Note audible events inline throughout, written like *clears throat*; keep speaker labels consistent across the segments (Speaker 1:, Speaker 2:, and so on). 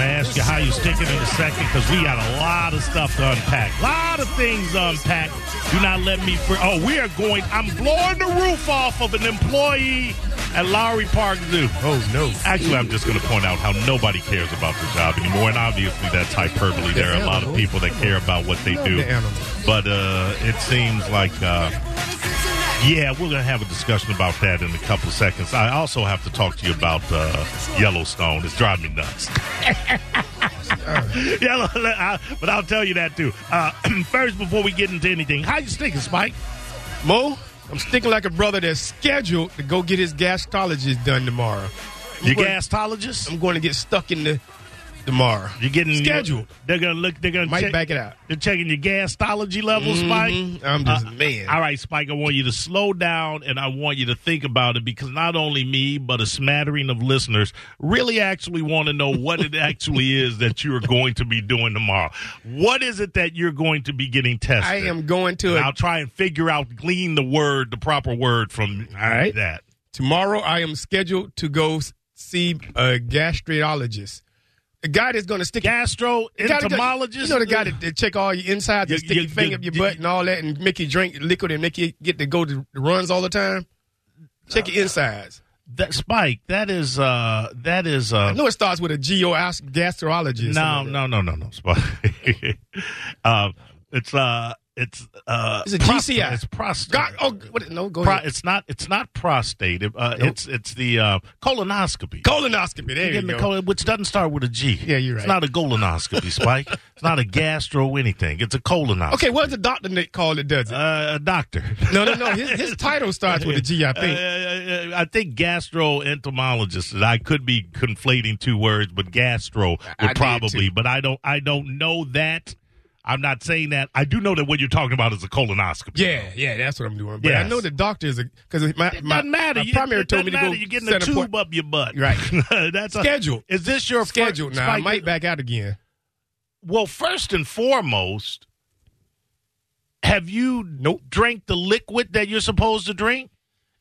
Speaker 1: ask you how you stick it in a second because we got a lot of stuff to unpack. A lot of things to unpack. Do not let me. Free. Oh, we are going. I'm blowing the roof off of an employee at Lowry Park Zoo.
Speaker 2: Oh no!
Speaker 1: Actually, I'm just going to point out how nobody cares about the job anymore, and obviously that's hyperbole. There are a lot of people that care about what they do, but uh, it seems like. Uh, yeah, we're going to have a discussion about that in a couple of seconds. I also have to talk to you about uh, Yellowstone. It's driving me nuts. Yellow, I- but I'll tell you that too. Uh, *clears throat* first, before we get into anything, how you stinking, Spike?
Speaker 2: Mo, I'm sticking like a brother that's scheduled to go get his gastrologist done tomorrow. I'm
Speaker 1: Your
Speaker 2: going-
Speaker 1: gastrologist?
Speaker 2: I'm going to get stuck in the tomorrow.
Speaker 1: You're getting
Speaker 2: Scheduled.
Speaker 1: They're gonna look. They're gonna
Speaker 2: Might
Speaker 1: check,
Speaker 2: back it out.
Speaker 1: They're checking your gastology level, Spike.
Speaker 2: Mhm. I'm just
Speaker 1: uh,
Speaker 2: man.
Speaker 1: All right, Spike. I want you to slow down, and I want you to think about it because not only me, but a smattering of listeners really actually want to know what it actually is that you are going to be doing tomorrow. What is it that you're going to be getting tested?
Speaker 2: I am going to
Speaker 1: And
Speaker 2: a
Speaker 1: I'll try and figure out, glean the word, the proper word from
Speaker 2: All right.
Speaker 1: that.
Speaker 2: Tomorrow, I am scheduled to go s- see a gastrologist. The guy that's going to stick Gotta go-
Speaker 1: Gastroentomologist.
Speaker 2: You know the guy that, that check all your insides and
Speaker 1: You-
Speaker 2: stick
Speaker 1: you-
Speaker 2: your finger up
Speaker 1: you-
Speaker 2: your butt and all that and make you drink liquid and make you get to go to the runs all the time? Check
Speaker 1: Uh,
Speaker 2: your insides.
Speaker 1: that Spike. That is. Uh, that is. Uh,
Speaker 2: I know it starts with a GO gastrologist.
Speaker 1: No, no, no, no, no. Spy. *laughs* um, it's uh, it's uh,
Speaker 2: It's a
Speaker 1: pros-
Speaker 2: GCI.
Speaker 1: It's prostate.
Speaker 2: God, oh, what, no, go
Speaker 1: Pro-
Speaker 2: ahead.
Speaker 1: it's not. It's not prostate. It, uh, It's it's the uh, colonoscopy.
Speaker 2: Colonoscopy. There you
Speaker 1: Getting the
Speaker 2: go.
Speaker 1: colon- which doesn't start with a G.
Speaker 2: Yeah, you're
Speaker 1: It's
Speaker 2: right.
Speaker 1: not a colonoscopy, Spike. *laughs* it's not a gastro anything. It's a colonoscopy.
Speaker 2: okay, what does the doctor Nick call it, does it?
Speaker 1: Uh, a doctor.
Speaker 2: no, no, no. His, his title starts with a G, I think.
Speaker 1: Uh, I think gastroentomologist. I could be conflating two words, but gastro would
Speaker 2: I did
Speaker 1: probably.
Speaker 2: too.
Speaker 1: But I don't. I don't know that. I'm not saying that. I do know that what you're talking about is a colonoscopy.
Speaker 2: yeah, yeah, that's what I'm doing. But I
Speaker 1: Yes.
Speaker 2: know the doctor is a because my,
Speaker 1: It
Speaker 2: my,
Speaker 1: doesn't matter.
Speaker 2: my
Speaker 1: You-
Speaker 2: primary
Speaker 1: it doesn't
Speaker 2: told me to
Speaker 1: matter.
Speaker 2: go
Speaker 1: You're getting a
Speaker 2: set an
Speaker 1: tube
Speaker 2: appoint-
Speaker 1: up your butt.
Speaker 2: Right.
Speaker 1: *laughs* That's a-
Speaker 2: Schedule.
Speaker 1: is this your fir-
Speaker 2: scheduled now. I
Speaker 1: Spike,
Speaker 2: might back out again.
Speaker 1: Well, first and foremost, have you
Speaker 2: Nope.
Speaker 1: drank the liquid that you're supposed to drink?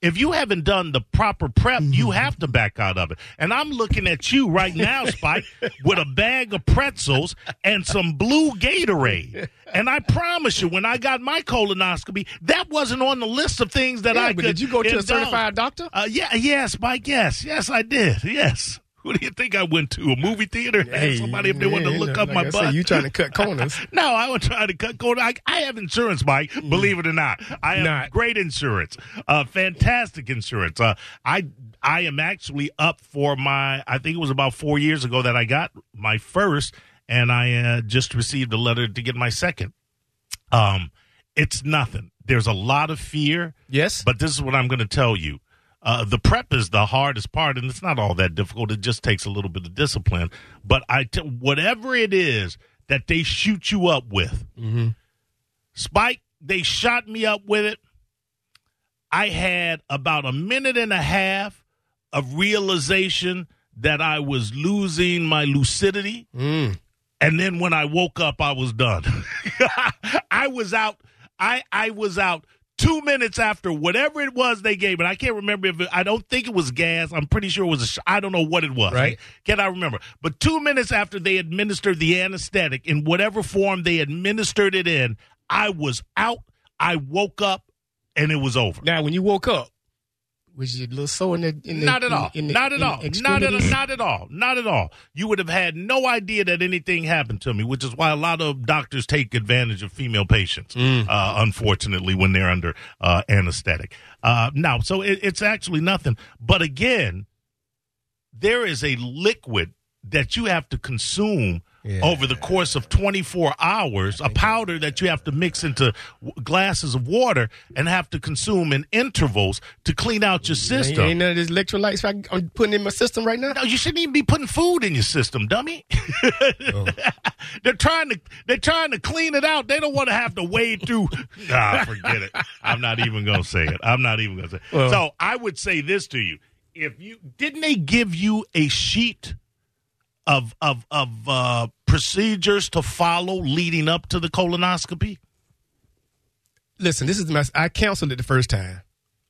Speaker 1: If you haven't done the proper prep, you
Speaker 2: Mm-hmm.
Speaker 1: have to back out of it. And I'm looking at you right now,
Speaker 2: *laughs*
Speaker 1: Spike, with a bag of pretzels and some blue Gatorade. And I promise you, when I got my colonoscopy, that wasn't on the list of things that
Speaker 2: Yeah,
Speaker 1: I
Speaker 2: but
Speaker 1: could
Speaker 2: did you go to a
Speaker 1: indulge.
Speaker 2: certified doctor?
Speaker 1: Uh, yeah, yes, Mike. Yes, yes, I did. Yes. Who do you think I went to? A movie theater? Somebody if they want to
Speaker 2: man,
Speaker 1: look up
Speaker 2: like
Speaker 1: my
Speaker 2: I
Speaker 1: butt.
Speaker 2: Say, you trying to cut corners?
Speaker 1: No, I would try to cut corners. I, I have insurance, Mike. Believe it or not, I have
Speaker 2: Not.
Speaker 1: great insurance, uh, fantastic insurance. Uh, I I am actually up for my. I think it was about four years ago that I got my first, and I uh, just received a letter to get my second. Um, it's nothing. There's a lot of fear.
Speaker 2: *laughs* yes,
Speaker 1: But this is what I'm going to tell you. Uh, the prep is the hardest part, and it's not all that difficult. It just takes a little bit of discipline. But I, t- whatever it is that they shoot you up with,
Speaker 2: Mm-hmm.
Speaker 1: Spike, they shot me up with it. I had about a minute and a half of realization that I was losing my lucidity.
Speaker 2: Mm.
Speaker 1: And then when I woke up, I was done. *laughs* I was out. I I was out two minutes after whatever it was they gave, and I can't remember if it, I don't think it was gas. I'm pretty sure it was. A sh- I don't know what it was.
Speaker 2: Right.
Speaker 1: Can I remember? But two minutes after they administered the anesthetic in whatever form they administered it in, I was out. I woke up, and it was over.
Speaker 2: Now, when you woke up, was your little sore in the in the
Speaker 1: Not at
Speaker 2: in-
Speaker 1: all.
Speaker 2: in the-
Speaker 1: not at
Speaker 2: in the
Speaker 1: all. Not at,
Speaker 2: extremities?
Speaker 1: not at all. Not at all. You would have had no idea that anything happened to me, which is why a lot of doctors take advantage of female patients,
Speaker 2: Mm.
Speaker 1: uh, unfortunately, when they're under uh, anesthetic. Uh, now, so it, it's actually nothing. But again, there is a liquid that you have to consume
Speaker 2: Yeah.
Speaker 1: over the course of 24 hours, a powder that you have to mix into w- glasses of water and have to consume in intervals to clean out your
Speaker 2: Ain't,
Speaker 1: system.
Speaker 2: ain't none of this electrolytes I, I'm putting in my system right now.
Speaker 1: No, you shouldn't even be putting food in your system, dummy. *laughs* Oh. they're trying to they're trying to clean it out. They don't want to have to wade through. *laughs* Ah, forget it. I'm not even gonna say it. I'm not even gonna say. It.
Speaker 2: Well-
Speaker 1: so I would say this to you: If you didn't they give you a sheet of of of uh, procedures to follow leading up to the colonoscopy?
Speaker 2: Listen, this is my. I canceled it the first time.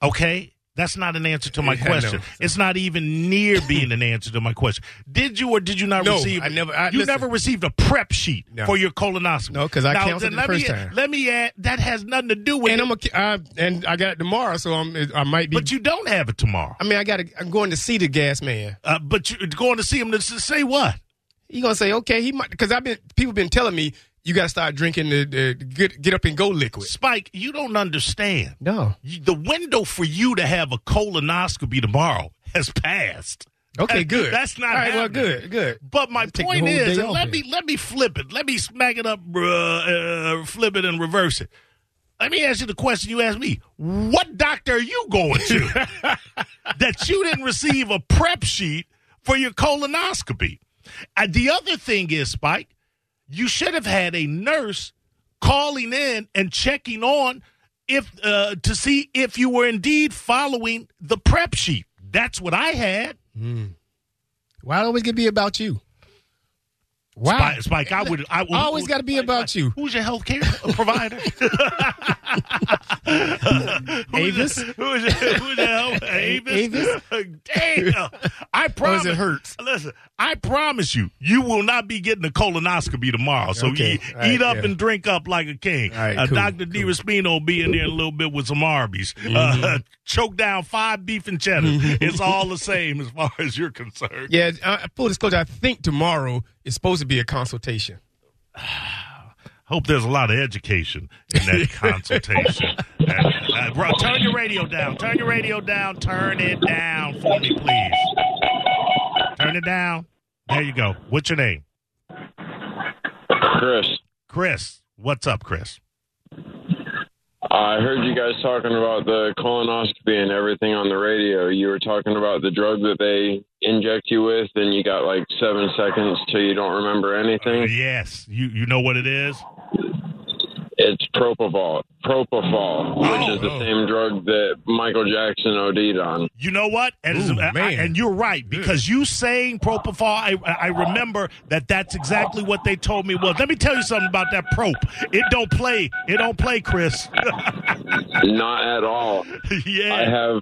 Speaker 1: Okay, That's not an answer *laughs* to my
Speaker 2: Yeah, I know.
Speaker 1: question. It's not even near being an answer to my question. Did you or did you not
Speaker 2: No,
Speaker 1: receive?
Speaker 2: I never- I-
Speaker 1: you
Speaker 2: listen.
Speaker 1: never received a prep sheet
Speaker 2: No.
Speaker 1: for your colonoscopy.
Speaker 2: No, 'cause I
Speaker 1: Now,
Speaker 2: canceled
Speaker 1: then
Speaker 2: it
Speaker 1: let
Speaker 2: first
Speaker 1: me,
Speaker 2: time.
Speaker 1: Let me add. That has nothing to do with
Speaker 2: And
Speaker 1: it.
Speaker 2: I'm a, I, and I got it tomorrow, so I'm I might be.
Speaker 1: but you don't have it tomorrow.
Speaker 2: I mean, I got to I'm going to see the gas man.
Speaker 1: Uh, but you're going to see him to s- say what?
Speaker 2: He gonna say okay. He might because I've been people been telling me you got to start drinking the, the get get up and go liquid.
Speaker 1: Spike, you don't understand.
Speaker 2: No.
Speaker 1: You- The window for you to have a colonoscopy tomorrow has passed.
Speaker 2: Okay.
Speaker 1: That-
Speaker 2: Good.
Speaker 1: That's not
Speaker 2: All right. Well,
Speaker 1: happening.
Speaker 2: good. Good.
Speaker 1: But my
Speaker 2: the
Speaker 1: point
Speaker 2: whole
Speaker 1: is,
Speaker 2: day
Speaker 1: and
Speaker 2: off
Speaker 1: let
Speaker 2: then.
Speaker 1: me let me flip it. Let me smack it up, bruh, uh, flip it and reverse it. Let me ask you the question you asked me. What doctor are you going to
Speaker 2: *laughs*
Speaker 1: that you didn't receive a prep sheet for your colonoscopy? And the other thing is, Spike, you should have had a nurse calling in and checking on if uh, to see if you were indeed following the prep sheet. That's what I had.
Speaker 2: Why it always gonna be about you? Why?
Speaker 1: Spike, Spike, I would. I would
Speaker 2: Always gotta be
Speaker 1: Spike,
Speaker 2: about
Speaker 1: Spike,
Speaker 2: you.
Speaker 1: Who's your health care
Speaker 2: *laughs*
Speaker 1: provider?
Speaker 2: Avis?
Speaker 1: Who's your, who's
Speaker 2: *laughs*
Speaker 1: your health? Avis?
Speaker 2: Avis?
Speaker 1: *laughs* Damn. I promise.
Speaker 2: Hertz?
Speaker 1: Listen, I promise you, you will not be getting a colonoscopy tomorrow. So
Speaker 2: Okay.
Speaker 1: eat,
Speaker 2: All right,
Speaker 1: eat up
Speaker 2: yeah.
Speaker 1: and drink up like a king.
Speaker 2: All right,
Speaker 1: uh,
Speaker 2: cool,
Speaker 1: Dr. D. Raspino will be in there in a little bit with some Arby's.
Speaker 2: Mm-hmm.
Speaker 1: Uh, *laughs* choke down five beef and cheddar. it's all the same as far as you're concerned.
Speaker 2: Yeah. Uh, full disclosure, I think tomorrow is supposed to be a consultation.
Speaker 1: Hope there's a lot of education in
Speaker 2: *laughs*
Speaker 1: that consultation. And, uh, bro, turn your radio down. Turn your radio down. Turn it down for me, please. Turn it down. There you go. What's your name?
Speaker 3: Chris,
Speaker 1: Chris. What's up, Chris?
Speaker 3: I heard you guys talking about the colonoscopy and everything on the radio. You were talking about the drug that they inject you with, and you got like seven seconds till you don't remember anything.
Speaker 1: Yes. You you know what it is?
Speaker 3: It's propofol, propofol, which is the
Speaker 2: Oh.
Speaker 3: same drug that Michael Jackson OD'd on.
Speaker 1: You know what? And,
Speaker 2: Ooh,
Speaker 1: I-
Speaker 2: man.
Speaker 1: and you're right because you saying propofol. I I remember that. That's exactly what they told me. Well, let me tell you something about that prop. It don't play. It don't play, Chris. *laughs*
Speaker 3: Not at all. I
Speaker 1: yeah.
Speaker 3: have,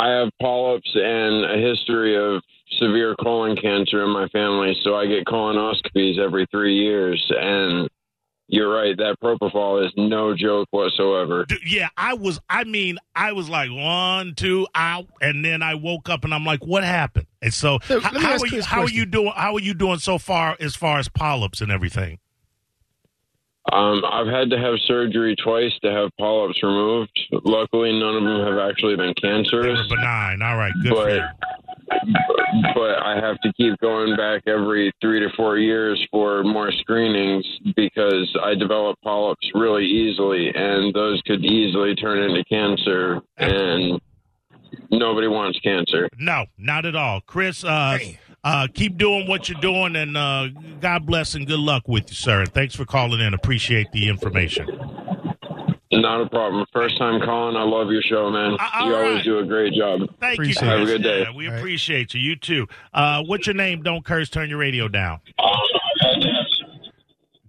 Speaker 3: I have polyps and a history of severe colon cancer in my family, so I get colonoscopies every three years. And you're right, that propofol is no joke whatsoever.
Speaker 1: Dude, yeah, I was. I mean, I was like one, two, out, and then I woke up and I'm like, what happened? And so,
Speaker 2: So,
Speaker 1: h-
Speaker 2: let me
Speaker 1: how,
Speaker 2: ask
Speaker 1: are
Speaker 2: you
Speaker 1: you,
Speaker 2: this
Speaker 1: how are
Speaker 2: question.
Speaker 1: you doing? How are you doing so far as far as polyps and everything?
Speaker 3: Um, I've had to have surgery twice to have polyps removed. Luckily, none of them have actually been
Speaker 1: They
Speaker 3: cancerous,
Speaker 1: were benign. All right, good. For
Speaker 3: But-
Speaker 1: you.
Speaker 3: but I have to keep going back every three to four years for more screenings because I develop polyps really easily, and those could easily turn into cancer, and nobody wants cancer.
Speaker 1: No, not at all, Chris. Uh,
Speaker 2: Damn.
Speaker 1: uh, keep doing what you're doing, and uh, God bless and good luck with you, sir. And thanks for calling in. Appreciate the information.
Speaker 3: Not a problem. First time calling. I love your show, man.
Speaker 1: Uh, all
Speaker 3: you always
Speaker 1: right.
Speaker 3: do a great job.
Speaker 1: Thank
Speaker 2: Appreciate
Speaker 1: you.
Speaker 3: it.
Speaker 1: Chris.
Speaker 3: Have a good day.
Speaker 1: Yeah, we
Speaker 2: All right.
Speaker 1: appreciate you. You too. Uh, what's your name? Don't curse. Turn your radio down.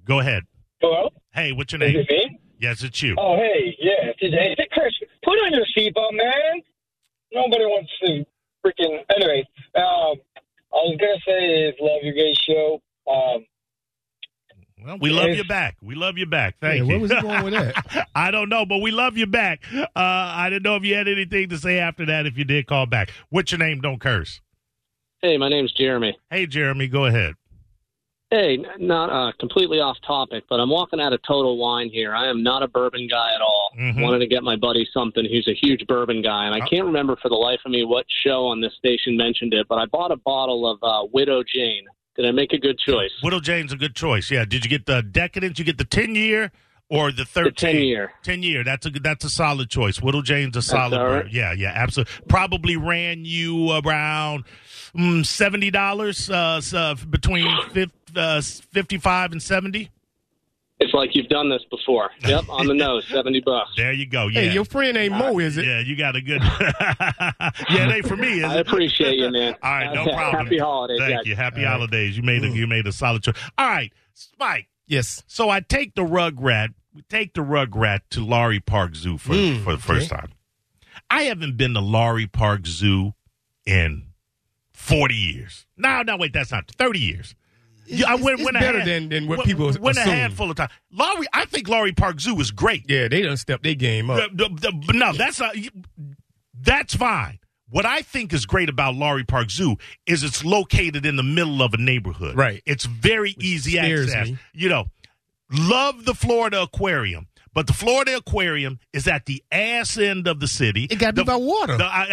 Speaker 1: Go ahead.
Speaker 4: Hello?
Speaker 1: Hey, what's your
Speaker 4: Is
Speaker 3: *laughs*
Speaker 1: name?
Speaker 4: it me?
Speaker 1: Yes, it's you.
Speaker 4: Oh, hey, yeah. It's, it's, it's Chris. Put on your seatbelt, man. Nobody wants to freaking. Anyway, um, I was going to say is love your gay show. Um,
Speaker 1: Well, we love
Speaker 4: Yes.
Speaker 1: you back. We love you back. Thank
Speaker 2: yeah,
Speaker 1: you.
Speaker 2: Where was he going with that?
Speaker 1: *laughs* I don't know, but we love you back. Uh, I didn't know if you had anything to say after that. If you did, call back. What's your name? Don't curse.
Speaker 5: Hey, my name's Jeremy.
Speaker 1: Hey, Jeremy, go ahead.
Speaker 5: Hey, n- not uh, completely off topic, but I'm walking out of Total Wine here. I am not a bourbon guy at all.
Speaker 1: Mhm.
Speaker 5: Wanted to get my buddy something who's a huge bourbon guy, and I
Speaker 1: Uh-
Speaker 5: can't remember for the life of me what show on this station mentioned it, but I bought a bottle of uh, Widow Jane. Did I make a good choice?
Speaker 1: Widow Jane's a good choice. Yeah. Did you get the decadence? You get the ten year or the
Speaker 5: The
Speaker 1: thirteen?
Speaker 5: 10 year.
Speaker 1: Ten year. That's a good- that's a solid choice. Widow Jane's a solid.
Speaker 5: all right.
Speaker 1: bird. Yeah, yeah, absolutely. Probably ran you around mm, seventy dollars, uh, s- uh, between fif- uh, fifty five and seventy.
Speaker 5: It's like you've done this before. Yep,
Speaker 1: *laughs*
Speaker 5: on the nose, 70 bucks.
Speaker 1: There you go. Yeah,
Speaker 2: Hey, your friend ain't Mo, is it?
Speaker 1: yeah, you got a
Speaker 2: *laughs*
Speaker 1: good. yeah, it ain't for me. Is
Speaker 5: I
Speaker 1: it?
Speaker 5: appreciate you, man.
Speaker 1: All right, no
Speaker 5: *laughs* Happy
Speaker 1: problem.
Speaker 5: holidays,
Speaker 1: Thank
Speaker 5: guys.
Speaker 1: you. Happy
Speaker 2: All right. Mm.
Speaker 1: holidays. You made a you made a solid choice. All right, Spike.
Speaker 2: Yes.
Speaker 1: So I take the rug rat. We take the rug rat to Laurie Park Zoo for
Speaker 2: Mm,
Speaker 1: for the first time. I haven't been to Laurie Park Zoo in 40 years. No, no, wait, that's not 30 years. Yeah, I
Speaker 2: it's-
Speaker 1: went,
Speaker 2: it's
Speaker 1: went a
Speaker 2: better
Speaker 1: hand-
Speaker 2: than- than what
Speaker 1: went-
Speaker 2: people
Speaker 1: went a
Speaker 2: assume.
Speaker 1: handful of times. Laurie, I think Laurie Park Zoo is great.
Speaker 2: Yeah, they done stepped their game up.
Speaker 1: The- the- the- but no, that's not, that's fine. What I think is great about Laurie Park Zoo is it's located in the middle of a neighborhood.
Speaker 2: Right.
Speaker 1: It's very easy
Speaker 2: scares
Speaker 1: access.
Speaker 2: me.
Speaker 1: You know, love the Florida Aquarium, but the Florida Aquarium is at the ass end of the city.
Speaker 2: It got to
Speaker 1: The-
Speaker 2: be by water.
Speaker 1: the- I-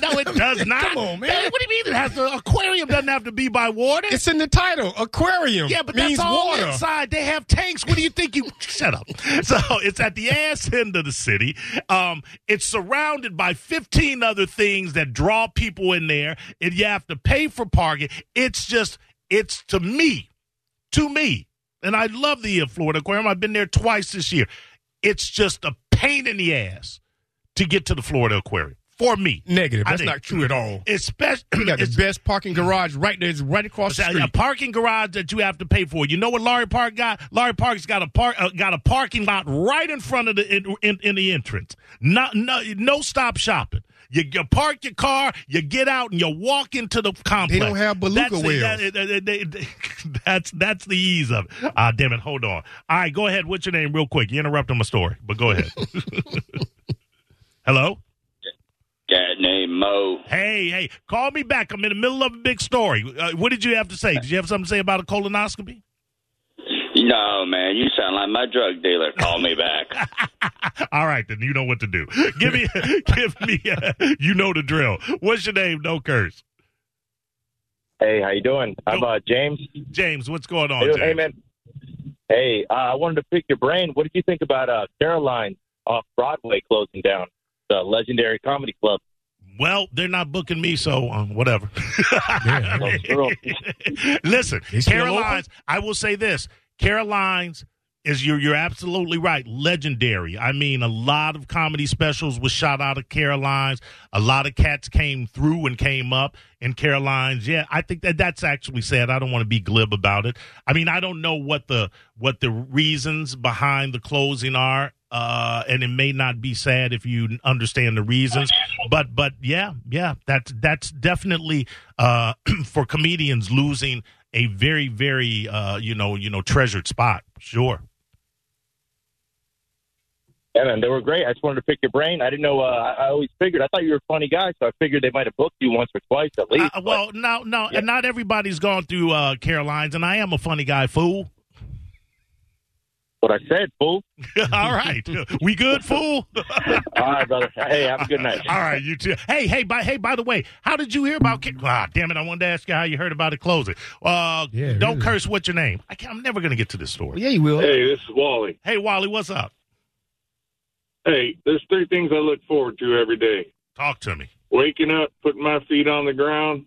Speaker 1: no, it *laughs* does not.
Speaker 2: *laughs* Come on, man.
Speaker 1: What do you mean? It has the aquarium doesn't have to be by water.
Speaker 2: it's in the title. Aquarium.
Speaker 1: Yeah, but
Speaker 2: means
Speaker 1: that's all
Speaker 2: water.
Speaker 1: inside. They have tanks. What do you think? You *laughs* shut up. So it's at the ass end of the city. Um, it's surrounded by fifteen other things that draw people in there, and you have to pay for parking. It's just, it's to me, to me, and I love the Florida Aquarium. I've been there twice this year. It's just a pain in the ass to get to the Florida Aquarium for me.
Speaker 2: Negative.
Speaker 1: I
Speaker 2: That's
Speaker 1: think-
Speaker 2: not true at all.
Speaker 1: Especially, *clears throat*
Speaker 2: We got the best parking garage right there. It's right across the
Speaker 1: a-
Speaker 2: street.
Speaker 1: a parking garage that you have to pay for. You know what Larry Park got? Larry Park's got a park uh, got a parking lot right in front of the in, in, in the entrance. Not no no stop shopping. You, you park your car, you get out, and you walk into the complex.
Speaker 2: don't have beluga
Speaker 1: that's the-
Speaker 2: whales.
Speaker 1: that- *laughs* they- they- that's that's the ease of it. Ah, damn it! Hold on. All right, go ahead. What's your name, real quick? You interrupted my story, but go ahead. *laughs* Hello.
Speaker 6: Guy named Mo.
Speaker 1: Hey, hey, call me back. I'm in the middle of a big story. Uh, what did you have to say? Did you have something to say about a colonoscopy? *laughs*
Speaker 6: No, Oh, man, you sound like my drug dealer. Call me back.
Speaker 1: All right, then you know what to do. Give me, *laughs* give me. uh you know the drill. What's your name? No curse,
Speaker 7: Hey, how you doing? I'm uh, James.
Speaker 1: James. What's going on?
Speaker 7: Hey,
Speaker 1: Oh, James?
Speaker 7: hey, man. Hey, uh, I wanted to pick your brain. What did you think about uh, Caroline off Broadway closing down the legendary comedy club?
Speaker 1: Well, they're not booking me, so um, whatever. *laughs*
Speaker 7: Well, girl,
Speaker 1: Listen,
Speaker 2: They still
Speaker 1: Caroline's. I will say this: Caroline's is you're you're absolutely right. Legendary. I mean, a lot of comedy specials was shot out of Caroline's. A lot of cats came through and came up in Caroline's. Yeah, I think that that's actually sad. I don't want to be glib about it. I mean, I don't know what the what the reasons behind the closing are. Uh, and it may not be sad if you understand the reasons, but but yeah, yeah, that's that's definitely uh, *clears throat* for comedians losing a very very uh, you know you know treasured spot. Sure.
Speaker 7: yeah, man, they were great. I just wanted to pick your brain. I didn't know. Uh, I, I always figured. I thought you were a funny guy, so I figured they might have booked you once or twice at least.
Speaker 1: Uh, well, no, no,
Speaker 7: Yeah.
Speaker 1: not everybody's gone through uh, Caroline's, and I am a funny guy, fool. *laughs*
Speaker 7: but what I said, fool.
Speaker 1: All right, we good, fool.
Speaker 7: All right, brother. Hey, have a good night.
Speaker 1: All right, you too. Hey, hey, by hey, by the way, how did you hear about? Ca- Ah, damn it! I wanted to ask you how you heard about it closing. Uh,
Speaker 2: Yeah,
Speaker 1: don't
Speaker 2: really.
Speaker 1: curse. What's your name? I can't, I'm never going to get to this story.
Speaker 2: Oh, yeah, you will.
Speaker 8: Hey, this is Wally.
Speaker 1: Hey, Wally, what's up?
Speaker 8: Hey, there's three things I look forward to every day
Speaker 1: Talk to me.
Speaker 8: waking up, putting my feet on the ground,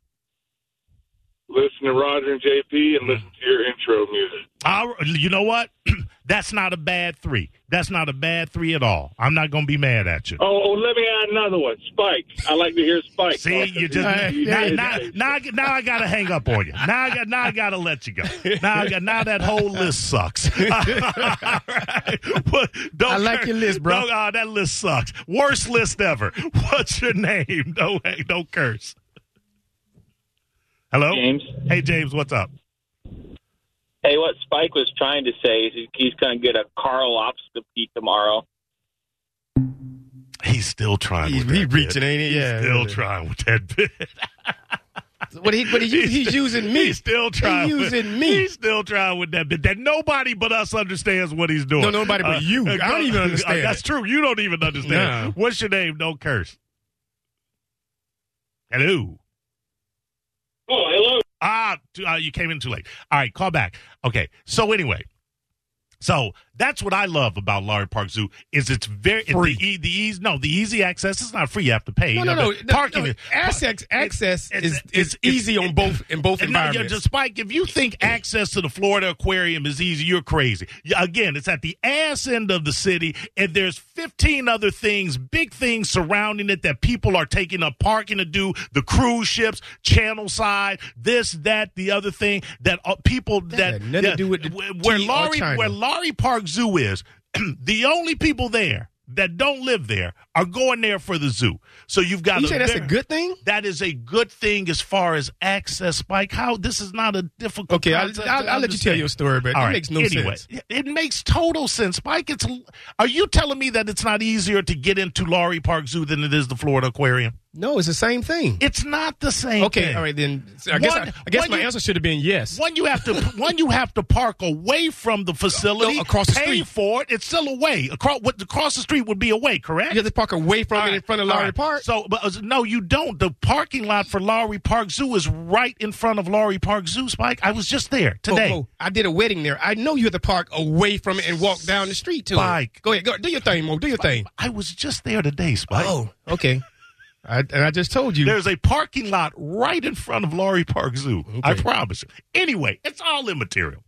Speaker 8: listen to Roger and JP, and listen to your intro music.
Speaker 1: All right, Mm-hmm. you know what? *clears throat* That's not a bad three. That's not a bad three at all. I'm not going to be mad at you.
Speaker 8: Oh, oh, let me add another one Spike. I like to hear Spike.
Speaker 1: *laughs* See, you just *laughs* now, now, now, I g- now I gotta hang up on you. Now I got now I gotta let you go. Now I got now that whole list sucks. *laughs* All right. What- don't
Speaker 2: I like your list, bro.
Speaker 1: Don't, ah, that list sucks. Worst list ever. *laughs* What's your name? Don't don't curse. Hello,
Speaker 6: James.
Speaker 1: Hey James, what's up?
Speaker 6: *laughs* Hey, what Spike was trying to say is he's going to get a Carl Opscopy tomorrow.
Speaker 1: He's still trying.
Speaker 2: He's
Speaker 1: with
Speaker 2: he
Speaker 1: that
Speaker 2: reaching,
Speaker 1: bit.
Speaker 2: ain't he? Yeah.
Speaker 1: Still trying with that bit.
Speaker 2: But he, but he, he's, he's using
Speaker 1: *laughs*
Speaker 2: me.
Speaker 1: He's still trying. with- *laughs*
Speaker 2: using me.
Speaker 1: He's still trying with that bit that nobody but us understands what he's doing.
Speaker 2: No, nobody but you. I don't even understand
Speaker 1: Uh, that's
Speaker 2: it.
Speaker 1: true. You don't even understand.
Speaker 2: No.
Speaker 1: What's your name? Don't curse. Hello.
Speaker 8: Oh, hello.
Speaker 1: Ah, too, uh, you came in too late. All right, call back. Okay. So anyway, so that's what I love about Laurie Park Zoo is it's very it's
Speaker 2: Free.
Speaker 1: the e, the ease. No, the easy access. It's not free. You have to pay.
Speaker 2: No,
Speaker 1: You
Speaker 2: no,
Speaker 1: know,
Speaker 2: no.
Speaker 1: the Parking
Speaker 2: no,
Speaker 1: is-
Speaker 2: access access
Speaker 1: it's-
Speaker 2: is,
Speaker 1: it's-
Speaker 2: is
Speaker 1: it's-
Speaker 2: easy on both in both
Speaker 1: And now, yeah,
Speaker 2: environments.
Speaker 1: despite if you think access to the Florida Aquarium is easy, you're crazy. Yeah, Again, it's at the ass end of the city, and there's 15 other things, big things surrounding it that people are taking up parking to do. The cruise ships, channel side, this, that, the other thing that uh, people that,
Speaker 2: had nothing to do with the
Speaker 1: where
Speaker 2: tea or
Speaker 1: Laurie *clears throat*
Speaker 2: China.
Speaker 1: where Laurie Park Zoo is. the only people there that don't live there are going there for the zoo. So you've got
Speaker 2: You say that's a
Speaker 1: very-
Speaker 2: good thing?
Speaker 1: That is a good thing as far as access, Spike. How this is not a difficult.
Speaker 2: Okay, I'll-
Speaker 1: concept to
Speaker 2: I'll- I'll let you tell your
Speaker 1: understand.
Speaker 2: story, but
Speaker 1: All
Speaker 2: it
Speaker 1: right,
Speaker 2: makes no
Speaker 1: anyway,
Speaker 2: sense.
Speaker 1: it- It makes total sense, Spike. It's. Are you telling me that it's not easier to get into Laurie Park Zoo than it is the Florida Aquarium?
Speaker 2: No, it's the same thing.
Speaker 1: It's not the same.
Speaker 2: Okay,
Speaker 1: thing.
Speaker 2: all right then. So I guess
Speaker 1: One-
Speaker 2: I, I guess
Speaker 1: one
Speaker 2: my
Speaker 1: you-
Speaker 2: answer should have been yes.
Speaker 1: One you have to one you have to park away from the facility,
Speaker 2: No, across the
Speaker 1: pay
Speaker 2: street.
Speaker 1: for it. It's still away. Across what across the street would be away, correct?
Speaker 2: You have to park away from it in front of
Speaker 1: All
Speaker 2: Lowry
Speaker 1: right.
Speaker 2: Park.
Speaker 1: So, but uh, no, you don't. The parking lot for Lowry Park Zoo is right in front of Lowry Park Zoo. Spike, I was just there
Speaker 2: Oh,
Speaker 1: today.
Speaker 2: oh, I did a wedding there. I know you had to park away from it and walk down the street to
Speaker 1: Spike.
Speaker 2: it. Go ahead, go do your thing, Mo. Do your thing.
Speaker 1: I was just there today, Spike.
Speaker 2: Oh, okay. I, and I just told
Speaker 1: *laughs*
Speaker 2: you.
Speaker 1: There's a parking lot right in front of Laurie Park Zoo. I promise you. Anyway, it's all immaterial.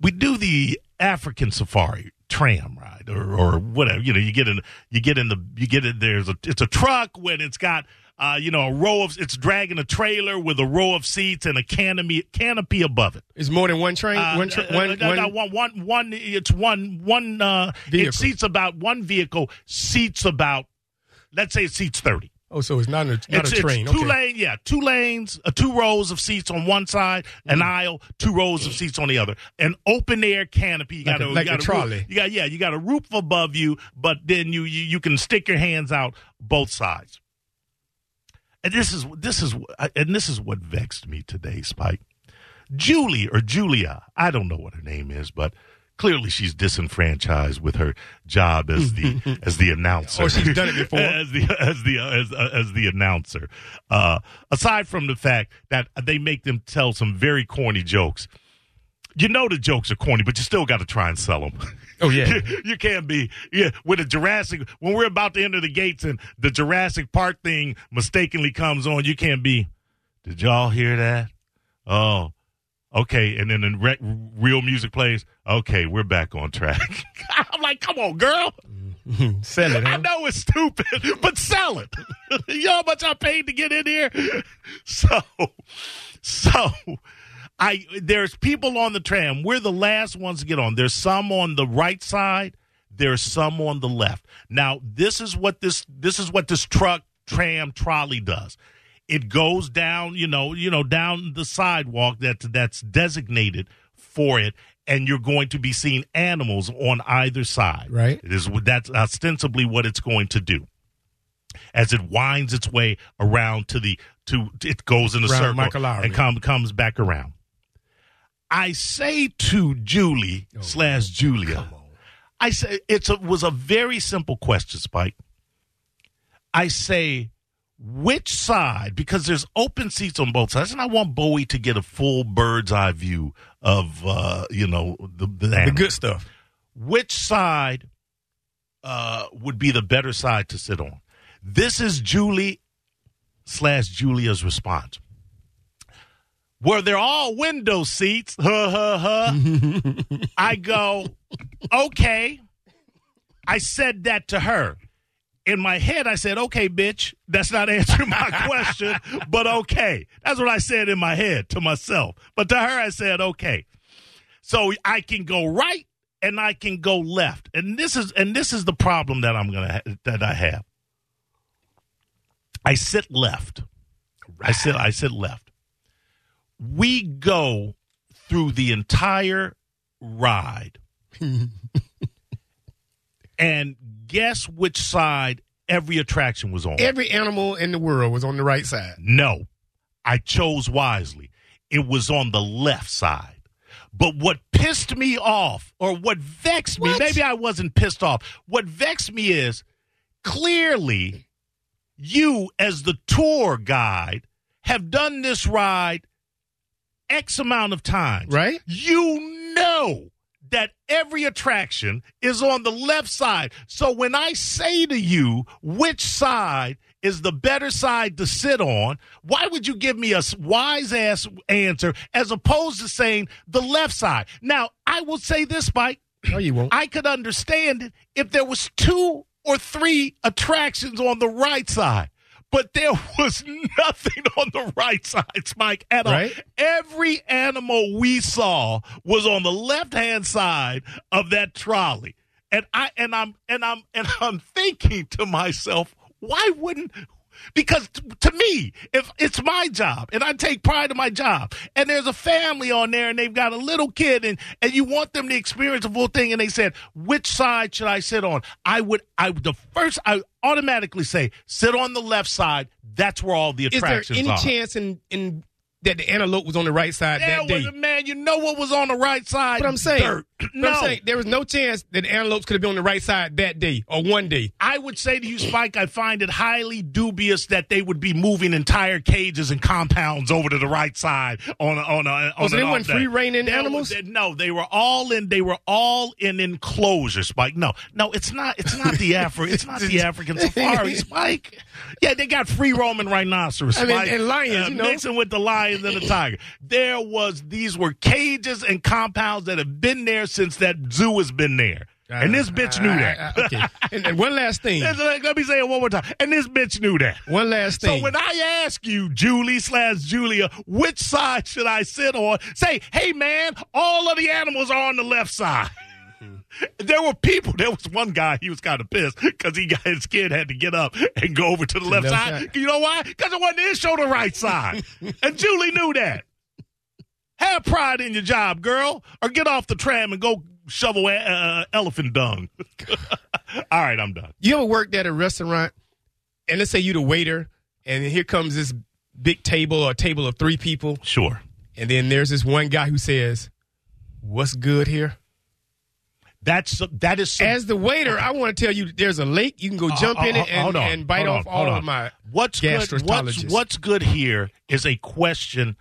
Speaker 1: We do the African safari tram ride or, or whatever. You know, you get in you get in the you get in there's a it's a truck when it's got uh, you know, a row of it's dragging a trailer with a row of seats and a canopy canopy above it.
Speaker 2: it's more than one train.
Speaker 1: Uh,
Speaker 2: one, tra-
Speaker 1: uh,
Speaker 2: one,
Speaker 1: uh,
Speaker 2: one-
Speaker 1: no, one- one- one- It's one one. Uh,
Speaker 2: Vehicle.
Speaker 1: it seats about one vehicle seats about. Let's say it seats thirty
Speaker 2: Oh, so it's not a, not
Speaker 1: it's,
Speaker 2: a train.
Speaker 1: It's two
Speaker 2: okay.
Speaker 1: lane, yeah, two lanes, uh, two rows of seats on one side, an
Speaker 2: Mm-hmm.
Speaker 1: aisle, two rows of seats on the other, an open air canopy. You
Speaker 2: Like
Speaker 1: got
Speaker 2: a- like
Speaker 1: you
Speaker 2: a
Speaker 1: got
Speaker 2: trolley.
Speaker 1: Roof, you got yeah, you got a roof above you, but then you you, you can stick your hands out both sides. And this is this is I- and this is what vexed me today, Spike. Julie or Julia, I don't know what her name is, but clearly she's disenfranchised with her job as the
Speaker 2: *laughs*
Speaker 1: as the announcer.
Speaker 2: Or she's done it
Speaker 1: *laughs*
Speaker 2: before.
Speaker 1: as the as the as, as the announcer. Uh, aside from the fact that they make them tell some very corny jokes. You know the jokes are corny, but you still got to try and sell them.
Speaker 2: Oh yeah.
Speaker 1: *laughs* you, you can't be yeah with a Jurassic when we're about to enter the gates and the Jurassic Park thing mistakenly comes on. You can't be. Did y'all hear that? Oh, okay. And then the re- real music plays. Okay, we're back on track. *laughs* I'm like, come on, girl.
Speaker 2: Hmm. Sell it.
Speaker 1: I *laughs*
Speaker 2: Huh?
Speaker 1: know it's stupid, *laughs* but sell it. you know how much I paid to get in here? *laughs* So, so I there's people on the tram. We're the last ones to get on. There's some on the right side. There's some on the left. Now, this is what this this is what this truck tram trolley does. It goes down, you know, you know, down the sidewalk that that's designated for it, and you're going to be seeing animals on either side.
Speaker 2: Right.
Speaker 1: It is that's ostensibly what it's going to do. As it winds its way around to the to it goes in a
Speaker 2: Around
Speaker 1: circle
Speaker 2: Michael Lowry.
Speaker 1: and come comes back around. I say to Julie
Speaker 2: Oh,
Speaker 1: slash Julia, I say it's a, was a very simple question, Spike. I say which side because there's open seats on both sides, and I want Bowie to get a full bird's eye view of uh, you know the the,
Speaker 2: The
Speaker 1: animals
Speaker 2: good stuff.
Speaker 1: which side uh, would be the better side to sit on? This is Julie slash Julia's response. Were there all window seats? Huh, huh, huh. I go, okay. I said that to her. In my head, I said, okay, bitch, that's not *laughs* answering my question, but okay. That's what I said in my head to myself. But to her, I said, okay so I can go right and I can go left. And this is and this is the problem that I'm gonna ha- that I have. I sit left. I sit I sit left. We go through the entire ride. and guess which side every attraction was on?
Speaker 2: Every animal in the world was on the right side.
Speaker 1: No, I chose wisely. It was on the left side. But what pissed me off, or what vexed me, maybe I wasn't pissed off. What vexed me is clearly you, as the tour guide, have done this ride X amount of times.
Speaker 2: Right?
Speaker 1: You know that every attraction is on the left side. So when I say to you which side is the better side to sit on, why would you give me a wise ass answer as opposed to saying the left side? Now, I will say this, Mike.
Speaker 2: No, you won't.
Speaker 1: I could understand it if there was two or three attractions on the right side. But there *laughs* was nothing on the right side, Spike, at all.
Speaker 2: Right.
Speaker 1: Every animal we saw was on the left hand side of that trolley. And I and I'm and I'm and *laughs* I'm thinking to myself, why wouldn't because t- to me, if it's my job and I take pride in my job, and there's a family on there and they've got a little kid and and you want them to experience the full thing, and they said, which side should I sit on? I would, I the first, I automatically say, sit on the left side. That's where all the
Speaker 2: Is there
Speaker 1: attractions
Speaker 2: any
Speaker 1: are.
Speaker 2: chance in in that the antelope was on the right side
Speaker 1: There
Speaker 2: that day?
Speaker 1: was a man. You know what was on the right side?
Speaker 2: But I'm saying,
Speaker 1: Dirt.
Speaker 2: but
Speaker 1: No.
Speaker 2: I'm saying there was no chance that the antelopes could have been on the right side that day or one day.
Speaker 1: I would say to you, Spike, I find it highly dubious that they would be moving entire cages and compounds over to the right side on a, on a, on
Speaker 2: Oh, so
Speaker 1: an
Speaker 2: they
Speaker 1: off
Speaker 2: weren't
Speaker 1: day.
Speaker 2: free-reigning
Speaker 1: There
Speaker 2: animals?
Speaker 1: was- no, they were all in. They were all in enclosures, Spike. No, no, it's not. It's not
Speaker 2: *laughs*
Speaker 1: the Afri- It's not the African safari, Spike. Yeah, they got free roaming rhinoceros,
Speaker 2: I mean,
Speaker 1: Spike,
Speaker 2: and lions,
Speaker 1: uh,
Speaker 2: you know?
Speaker 1: mixing with the lions and the tiger. There was these were cages and compounds that have been there since that zoo has been there, and this bitch knew
Speaker 2: Uh,
Speaker 1: that.
Speaker 2: uh, okay. and, and one last thing.
Speaker 1: It's like, let me say it one more time. And this bitch knew that.
Speaker 2: One last
Speaker 1: So
Speaker 2: thing.
Speaker 1: when I ask you, Julie slash Julia, which side should I sit on? Say, hey man, all of the animals are on the left side. There were people. There was one guy. He was kind of pissed because he got his kid had to get up and go over to the left
Speaker 2: left
Speaker 1: side.
Speaker 2: side.
Speaker 1: You know why? Because it wasn't his shoulder right side, and Julie knew that. Have pride in your job, girl, or get off the tram and go shovel uh, elephant dung. *laughs* all right, I'm done.
Speaker 2: You ever worked at a restaurant, and let's say you the waiter, and here comes this big table or table of three people,
Speaker 1: Sure.
Speaker 2: and then there's this one guy who says, "What's good here?"
Speaker 1: That's that is some-
Speaker 2: As the waiter, I want to tell you, there's a lake you can go jump in
Speaker 1: Uh, uh,
Speaker 2: it
Speaker 1: uh,
Speaker 2: and,
Speaker 1: hold on,
Speaker 2: and bite
Speaker 1: hold
Speaker 2: off
Speaker 1: on,
Speaker 2: all
Speaker 1: hold
Speaker 2: of
Speaker 1: on.
Speaker 2: my.
Speaker 1: what's good. What's,
Speaker 2: gastroenterologist.
Speaker 1: what's good here is a question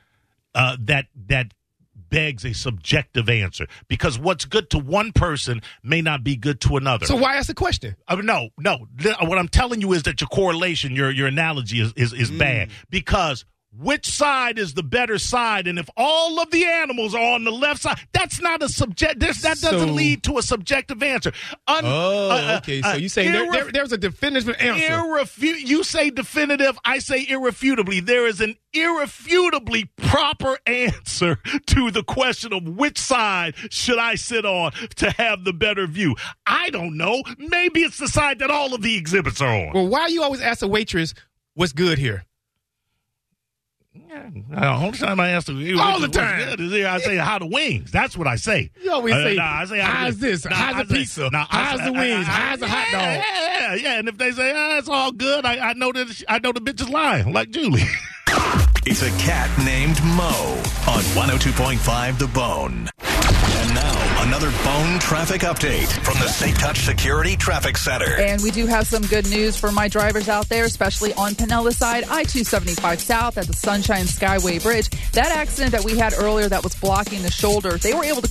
Speaker 1: uh, that that begs a subjective answer because what's good to one person may not be good to another.
Speaker 2: So why ask the question?
Speaker 1: Uh, no, no. Th- What I'm telling you is that your correlation, your your analogy is is, is
Speaker 2: Mm.
Speaker 1: bad because which side is the better side? And if all of the animals are on the left side, that's not a subject. This, that doesn't
Speaker 2: So-
Speaker 1: lead to a subjective answer. Un- uh,
Speaker 2: Oh,
Speaker 1: uh,
Speaker 2: okay.
Speaker 1: uh,
Speaker 2: So you saying there,
Speaker 1: irref-
Speaker 2: there, there's a definitive answer?
Speaker 1: Irrefu- you say definitive, I say irrefutably. There is an irrefutably proper answer *laughs* to the question of which side should I sit on to have the better view. I don't know. Maybe it's the side that all of the exhibits are on.
Speaker 2: well, why you always ask a waitress, "What's good here?"
Speaker 1: Uh, all the time I ask you,
Speaker 2: All
Speaker 1: which is- what's
Speaker 2: the time.
Speaker 1: good is here, I say how the wings. That's what I say.
Speaker 2: You always
Speaker 1: Uh,
Speaker 2: say,
Speaker 1: nah, I say how
Speaker 2: "How's
Speaker 1: the-
Speaker 2: this?
Speaker 1: nah, I
Speaker 2: how's the
Speaker 1: say-
Speaker 2: pizza?
Speaker 1: nah, I
Speaker 2: how's
Speaker 1: say-
Speaker 2: the
Speaker 1: I-
Speaker 2: wings?
Speaker 1: I-
Speaker 2: how's the hot
Speaker 1: yeah,
Speaker 2: dog?"
Speaker 1: Yeah, yeah. And if they say ah, it's all good, I, I know that I know the bitch is lying, like Julie. *laughs*
Speaker 9: It's a cat named Mo on 102.5 The Bone. And now, another bone traffic update from the Safe Touch Security Traffic Center.
Speaker 10: And we do have some good news for my drivers out there, especially on Pinellas side, I 275 South at the Sunshine Skyway Bridge. That accident that we had earlier that was blocking the shoulder, they were able to